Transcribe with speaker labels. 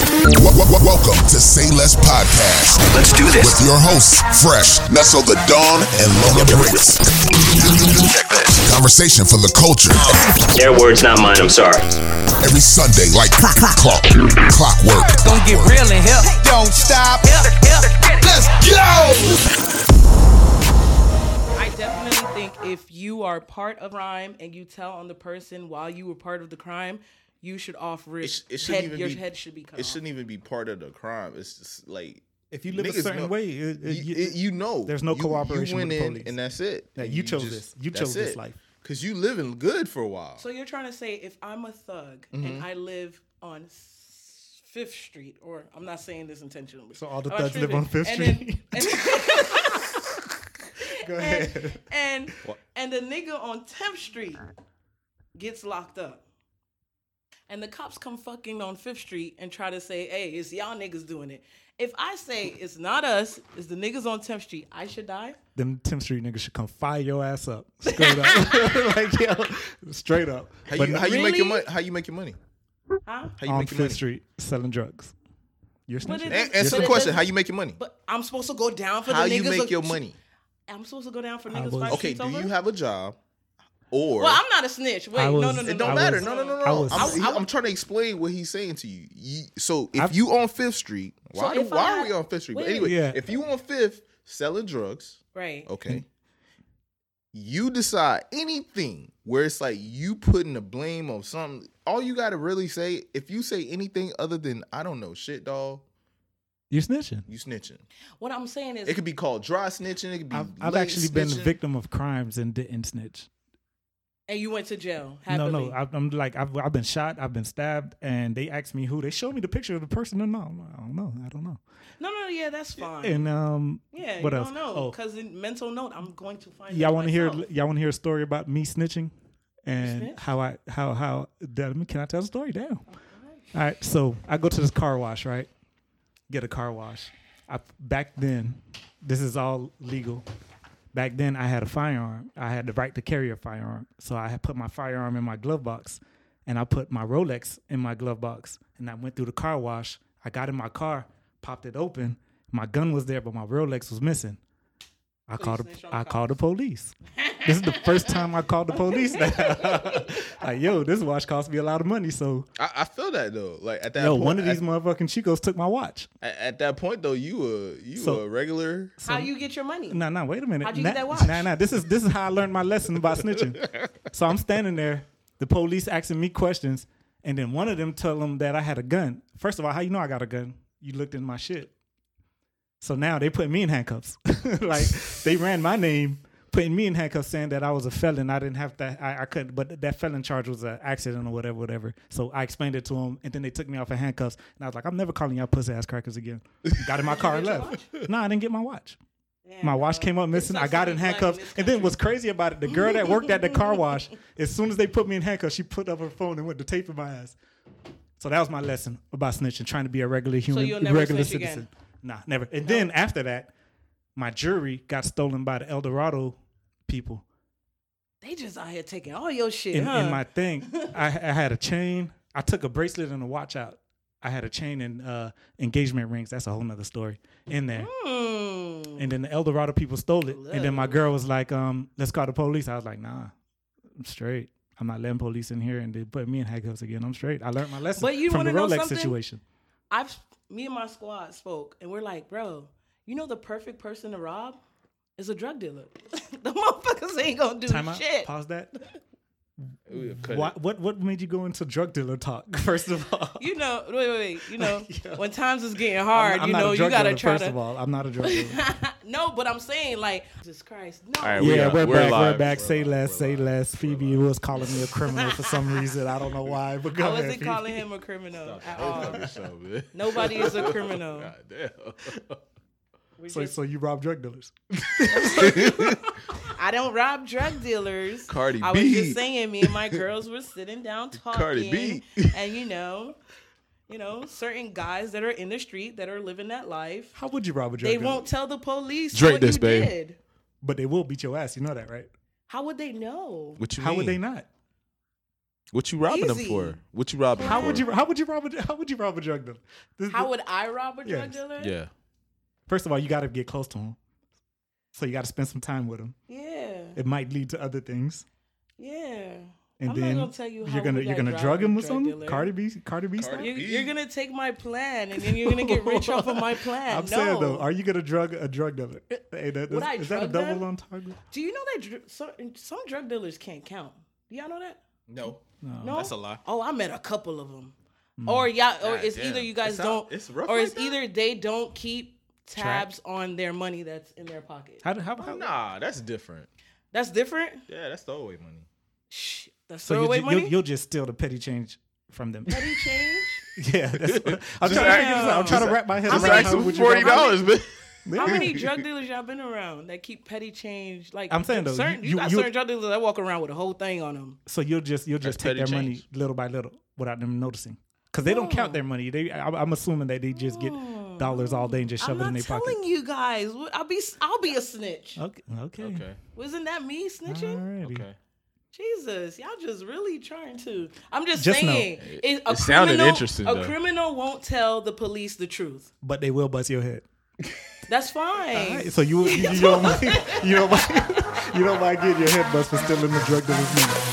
Speaker 1: Welcome to Say Less Podcast.
Speaker 2: Let's do
Speaker 1: With
Speaker 2: this.
Speaker 1: your hosts, Fresh, Nestle the Dawn, and Lona Briggs.
Speaker 2: Check this.
Speaker 1: Conversation for the culture.
Speaker 2: Their words, not mine. I'm sorry.
Speaker 1: Every Sunday, like clock, clock, clockwork.
Speaker 3: Don't get real in here. Don't stop.
Speaker 1: Let's go!
Speaker 4: I definitely think if you are part of crime and you tell on the person while you were part of the crime, you should off
Speaker 5: It,
Speaker 4: risk.
Speaker 5: sh- it shouldn't
Speaker 4: head,
Speaker 5: even
Speaker 4: your
Speaker 5: be.
Speaker 4: head should be cut off.
Speaker 5: It shouldn't even be part of the crime. It's just like
Speaker 6: If you live a
Speaker 5: niggas
Speaker 6: certain
Speaker 5: know-
Speaker 6: way, it- it-
Speaker 5: you,
Speaker 6: you-
Speaker 5: it- you know
Speaker 6: there's no
Speaker 5: You-
Speaker 6: cooperation
Speaker 5: You went
Speaker 6: with the
Speaker 5: in
Speaker 6: police.
Speaker 5: and that's it.
Speaker 6: Yeah,
Speaker 5: And
Speaker 6: you chose this. You chose this life.
Speaker 5: because you living good for a while.
Speaker 4: so you're trying to say if I'm a thug
Speaker 6: Mm-hmm.
Speaker 4: and I live on S- Fifth Street, or I'm not saying this intentionally.
Speaker 6: So all the
Speaker 4: I'm
Speaker 6: thugs live
Speaker 4: tripping.
Speaker 6: on Fifth
Speaker 4: And then-
Speaker 6: Street?
Speaker 4: and-
Speaker 6: Go
Speaker 4: and
Speaker 6: ahead.
Speaker 4: and, and the nigga on 10th Street gets locked up. And the cops come fucking on 5th Street and try to say, hey, it's y'all niggas doing it. If I say it's not us, it's the niggas on 10th Street, I should die.
Speaker 6: Them Tim Street niggas should come fire your ass up. Straight up. like, yo, straight up.
Speaker 5: How
Speaker 6: but
Speaker 5: you,
Speaker 6: not
Speaker 5: how you make your
Speaker 4: Really?
Speaker 5: money? How you make your money?
Speaker 4: Huh?
Speaker 5: How you
Speaker 6: on
Speaker 5: make your
Speaker 6: Fifth
Speaker 5: money?
Speaker 6: Street selling drugs. You're
Speaker 4: But
Speaker 6: snitching.
Speaker 4: it-
Speaker 5: A-
Speaker 4: But
Speaker 5: answer the
Speaker 4: it
Speaker 5: question.
Speaker 4: doesn't-
Speaker 5: How you make your money?
Speaker 4: But I'm supposed to go down for
Speaker 5: How
Speaker 4: the niggas.
Speaker 5: you make
Speaker 4: on-
Speaker 5: your money?
Speaker 4: I'm supposed to go down for niggas
Speaker 6: was-
Speaker 4: five
Speaker 5: Okay,
Speaker 4: streets
Speaker 5: do
Speaker 4: over?
Speaker 5: you have a job? Or
Speaker 4: well, I'm not a snitch. Wait,
Speaker 6: I
Speaker 4: no,
Speaker 6: was-
Speaker 4: no, no,
Speaker 5: it
Speaker 4: no.
Speaker 5: don't
Speaker 6: I
Speaker 5: matter.
Speaker 6: was-
Speaker 5: no, no, no, no.
Speaker 6: I was-
Speaker 5: I'm,
Speaker 4: I- I-
Speaker 5: I'm trying to explain what he's saying to you. you so if
Speaker 6: I've-
Speaker 5: you on Fifth Street, why do,
Speaker 4: if I
Speaker 5: why are
Speaker 4: had-
Speaker 5: we on Fifth Street? But
Speaker 4: Wait.
Speaker 5: anyway,
Speaker 6: Yeah.
Speaker 5: if you on Fifth selling drugs,
Speaker 4: Right.
Speaker 5: Okay. You decide anything where it's like you putting the blame on something. All you gotta really say, if you say anything other than I don't know shit, dog,
Speaker 6: You're snitching.
Speaker 5: you snitching.
Speaker 4: What I'm saying is,
Speaker 5: It could be called dry snitching. It could be.
Speaker 6: I've, I've
Speaker 5: late
Speaker 6: actually been
Speaker 5: snitching.
Speaker 6: a victim of crimes and didn't snitch.
Speaker 4: and you went to jail. Happily.
Speaker 6: No, no. I, I'm like, I've, I've been shot, I've been stabbed, and they asked me who. They showed me the picture of the person, and no, I'm like, I don't know, I don't know.
Speaker 4: no, no, yeah, that's fine.
Speaker 6: And um,
Speaker 4: yeah,
Speaker 6: what
Speaker 4: you
Speaker 6: else?
Speaker 4: don't know.
Speaker 6: Oh,
Speaker 4: Because in mental note, I'm going to find.
Speaker 6: y'all
Speaker 4: out
Speaker 6: want to hear?
Speaker 4: myself.
Speaker 6: Y'all want to hear a story about me snitching and
Speaker 4: snitched?
Speaker 6: how I how how that, I mean, can I tell the story? Damn. All right, so I go to this car wash, right? Get a car wash. I back then, this is all legal. Back then, I had a firearm. I had the right to carry a firearm, so I had put my firearm in my glove box, and I put my Rolex in my glove box, and I went through the car wash. I got in my car, popped it open. My gun was there, but my Rolex was missing. I called.
Speaker 4: snitched on
Speaker 6: The,
Speaker 4: the
Speaker 6: I called the police. this is the first time I called the police. like, yo, this watch cost me a lot of money, so
Speaker 5: I, I feel that though. Like at that
Speaker 6: Yo,
Speaker 5: point,
Speaker 6: one of these
Speaker 5: at,
Speaker 6: motherfucking Chicos took my watch.
Speaker 5: at, at that point though, you were you
Speaker 6: So-
Speaker 5: were a regular.
Speaker 4: How you get your money?
Speaker 6: No, no, wait a minute.
Speaker 4: How'd you
Speaker 6: nah,
Speaker 4: get that watch?
Speaker 6: Nah, nah. This is this is how I learned my lesson about snitching. So I'm standing there, the police asking me questions, and then one of them tell them that I had a gun. First of all, how you know I got a gun? You looked in my shit. So now they put me in handcuffs. like they ran my name, putting me in handcuffs, saying that I was a felon. I didn't have to. I, I couldn't. But that felon charge was an accident or whatever, whatever. So I explained it to them, and then they took me off of handcuffs, and I was like, I'm never calling y'all pussy ass crackers again. Got in my car and
Speaker 4: get your
Speaker 6: left. No, I didn't get my watch.
Speaker 4: Yeah,
Speaker 6: My watch
Speaker 4: no.
Speaker 6: came up missing.
Speaker 4: It's
Speaker 6: I got in
Speaker 4: upsetting, like,
Speaker 6: handcuffs.
Speaker 4: in this
Speaker 6: and then
Speaker 4: country.
Speaker 6: what's crazy about it, the girl that worked at the car wash, as soon as they put me in handcuffs, she put up her phone and went to tape in my ass. So that was my lesson about snitching, trying to be a regular human,
Speaker 4: you'll never
Speaker 6: regular
Speaker 4: snitch again?
Speaker 6: citizen. Nah, never. And then after that, my jewelry got stolen by the El Dorado people.
Speaker 4: they just out here taking all your shit.
Speaker 6: In,
Speaker 4: huh?
Speaker 6: in my thing, I, I had a chain. I took a bracelet and a watch out. I had a chain and uh, engagement rings. That's a whole nother story in there.
Speaker 4: Hmm.
Speaker 6: And then the El Dorado people stole it. And then my girl was like, um, let's call the police. I was like, nah, I'm straight. I'm not letting police in here and they put me in handcuffs again. I'm straight. I learned my lesson
Speaker 4: But you
Speaker 6: from
Speaker 4: wanna
Speaker 6: the
Speaker 4: know
Speaker 6: Rolex
Speaker 4: something?
Speaker 6: situation.
Speaker 4: I've me and my squad spoke, and we're like, bro, you know the perfect person to rob is a drug dealer. the motherfuckers ain't gonna do
Speaker 6: Time out.
Speaker 4: shit.
Speaker 6: Pause that.
Speaker 5: We'll cut it.
Speaker 6: What, what what made you go into drug dealer talk, first of all?
Speaker 4: You know, wait, wait, wait. You know, when times is getting hard,
Speaker 6: I'm
Speaker 4: you
Speaker 6: not
Speaker 4: know,
Speaker 6: a
Speaker 4: you
Speaker 6: drug
Speaker 4: gotta
Speaker 6: dealer,
Speaker 4: try
Speaker 6: first
Speaker 4: to.
Speaker 6: of all. I'm not a drug dealer.
Speaker 4: No, but I'm saying like, Jesus Christ, no.
Speaker 5: right, We
Speaker 6: Yeah,
Speaker 5: are-
Speaker 6: we're,
Speaker 5: we're
Speaker 6: back.
Speaker 5: live.
Speaker 6: We're back.
Speaker 5: We're
Speaker 6: say
Speaker 5: live.
Speaker 6: less.
Speaker 5: We're
Speaker 6: say
Speaker 5: live.
Speaker 6: less. Phoebe was calling me a criminal for some reason. I don't know why, but
Speaker 4: I
Speaker 6: go ahead.
Speaker 4: wasn't
Speaker 6: Phoebe.
Speaker 4: calling him a criminal at all.
Speaker 5: So, man.
Speaker 4: Nobody is a criminal.
Speaker 5: God damn.
Speaker 4: We
Speaker 6: Oh So,
Speaker 4: just-
Speaker 6: so you rob drug dealers?
Speaker 4: I don't rob drug dealers.
Speaker 5: Cardi
Speaker 4: I
Speaker 5: B.
Speaker 4: was just saying, me and my girls were sitting down talking,
Speaker 5: Cardi B.
Speaker 4: and you know, you know, certain guys that are in the street that are living that life,
Speaker 6: How would you rob a drug
Speaker 4: they
Speaker 6: dealer?
Speaker 4: won't tell the police
Speaker 5: Drink
Speaker 4: what
Speaker 5: this,
Speaker 4: you
Speaker 5: babe.
Speaker 4: did.
Speaker 6: But they will beat your ass. You know that, right?
Speaker 4: How would they know?
Speaker 5: What you
Speaker 6: How would they
Speaker 5: mean?
Speaker 6: not?
Speaker 7: What you robbing them
Speaker 4: Easy.
Speaker 7: for? What you robbing? 'em
Speaker 6: How
Speaker 7: for?
Speaker 6: would you? How would you rob a? How would you rob a drug dealer? This-
Speaker 4: How would I rob a drug
Speaker 6: Yes.
Speaker 4: dealer?
Speaker 7: Yeah.
Speaker 6: First of all, you got to get close to him, so you got to spend some time with him.
Speaker 4: Yeah.
Speaker 6: It might lead to other things,
Speaker 4: Yeah.
Speaker 6: and
Speaker 4: I'm
Speaker 6: then
Speaker 4: not gonna tell you how
Speaker 6: are gonna
Speaker 4: we
Speaker 6: you're
Speaker 4: got
Speaker 6: gonna drug him with
Speaker 4: drug
Speaker 6: something.
Speaker 4: dealer.
Speaker 6: Cardi B, Cardi B. style?
Speaker 4: You, you're gonna take my plan, and then you're gonna get rich off of my plan.
Speaker 6: I'm
Speaker 4: no. Uh,
Speaker 6: saying though, are you gonna drug a drug dealer? Hey, that-
Speaker 4: Would
Speaker 6: that's-
Speaker 4: I
Speaker 6: is that a
Speaker 4: drug
Speaker 6: double
Speaker 4: them?
Speaker 6: entendre?
Speaker 4: Do you know that dr- some, some drug dealers can't count? Do y'all know that?
Speaker 5: No.
Speaker 4: No,
Speaker 5: That's a lie.
Speaker 4: Oh, I met a couple of them.
Speaker 6: Mm.
Speaker 4: Or yeah, or
Speaker 5: God
Speaker 4: it's
Speaker 5: damn.
Speaker 4: either you guys
Speaker 5: It's how-
Speaker 4: don't,
Speaker 5: it's rough
Speaker 4: or
Speaker 5: like
Speaker 4: it's
Speaker 5: that?
Speaker 4: either they don't keep tabs on their money that's in their pocket.
Speaker 6: How, do- how, how,
Speaker 5: Nah, that's different.
Speaker 4: That's different.
Speaker 5: Yeah, that's throwaway money.
Speaker 4: Shh, that's
Speaker 6: so
Speaker 4: throwaway
Speaker 6: you,
Speaker 4: money.
Speaker 6: will you'll just steal the petty change from them.
Speaker 4: Petty change.
Speaker 6: yeah, that's what, I'm trying to figure this out. I'm trying to wrap my head
Speaker 5: Just
Speaker 6: around
Speaker 5: ask
Speaker 6: how
Speaker 5: him
Speaker 6: would you
Speaker 5: forty
Speaker 6: rob-
Speaker 5: dollars, man.
Speaker 4: How many drug dealers y'all been around that keep petty change? Like
Speaker 6: I'm saying, though,
Speaker 4: certain,
Speaker 6: you-
Speaker 4: you, got
Speaker 6: you-
Speaker 4: certain drug dealers that walk around with a whole thing on them.
Speaker 6: So you'll just you'll just take
Speaker 5: petty
Speaker 6: their money
Speaker 5: change.
Speaker 6: little by little without them noticing, because they don't count their money. They I, I'm assuming that they just get dollars all day and just shove
Speaker 4: I'm
Speaker 6: it in
Speaker 4: not
Speaker 6: their
Speaker 4: telling
Speaker 6: pocket. Uh,
Speaker 4: you guys. What- I'll be I'll be a snitch.
Speaker 6: Okay, okay,
Speaker 5: Okay.
Speaker 4: Wasn't that me snitching?
Speaker 6: Alrighty.
Speaker 5: Okay.
Speaker 4: Jesus, y'all just really trying to. I'm just,
Speaker 6: Just know.
Speaker 4: saying. It, a
Speaker 7: it sounded
Speaker 4: criminal,
Speaker 7: interesting,
Speaker 4: A
Speaker 7: though.
Speaker 4: criminal won't tell the police the truth.
Speaker 6: But they will bust your head.
Speaker 4: That's fine.
Speaker 6: So you you, you don't mind, you don't mind, you don't mind getting your head bust for stealing the drug dealer's money.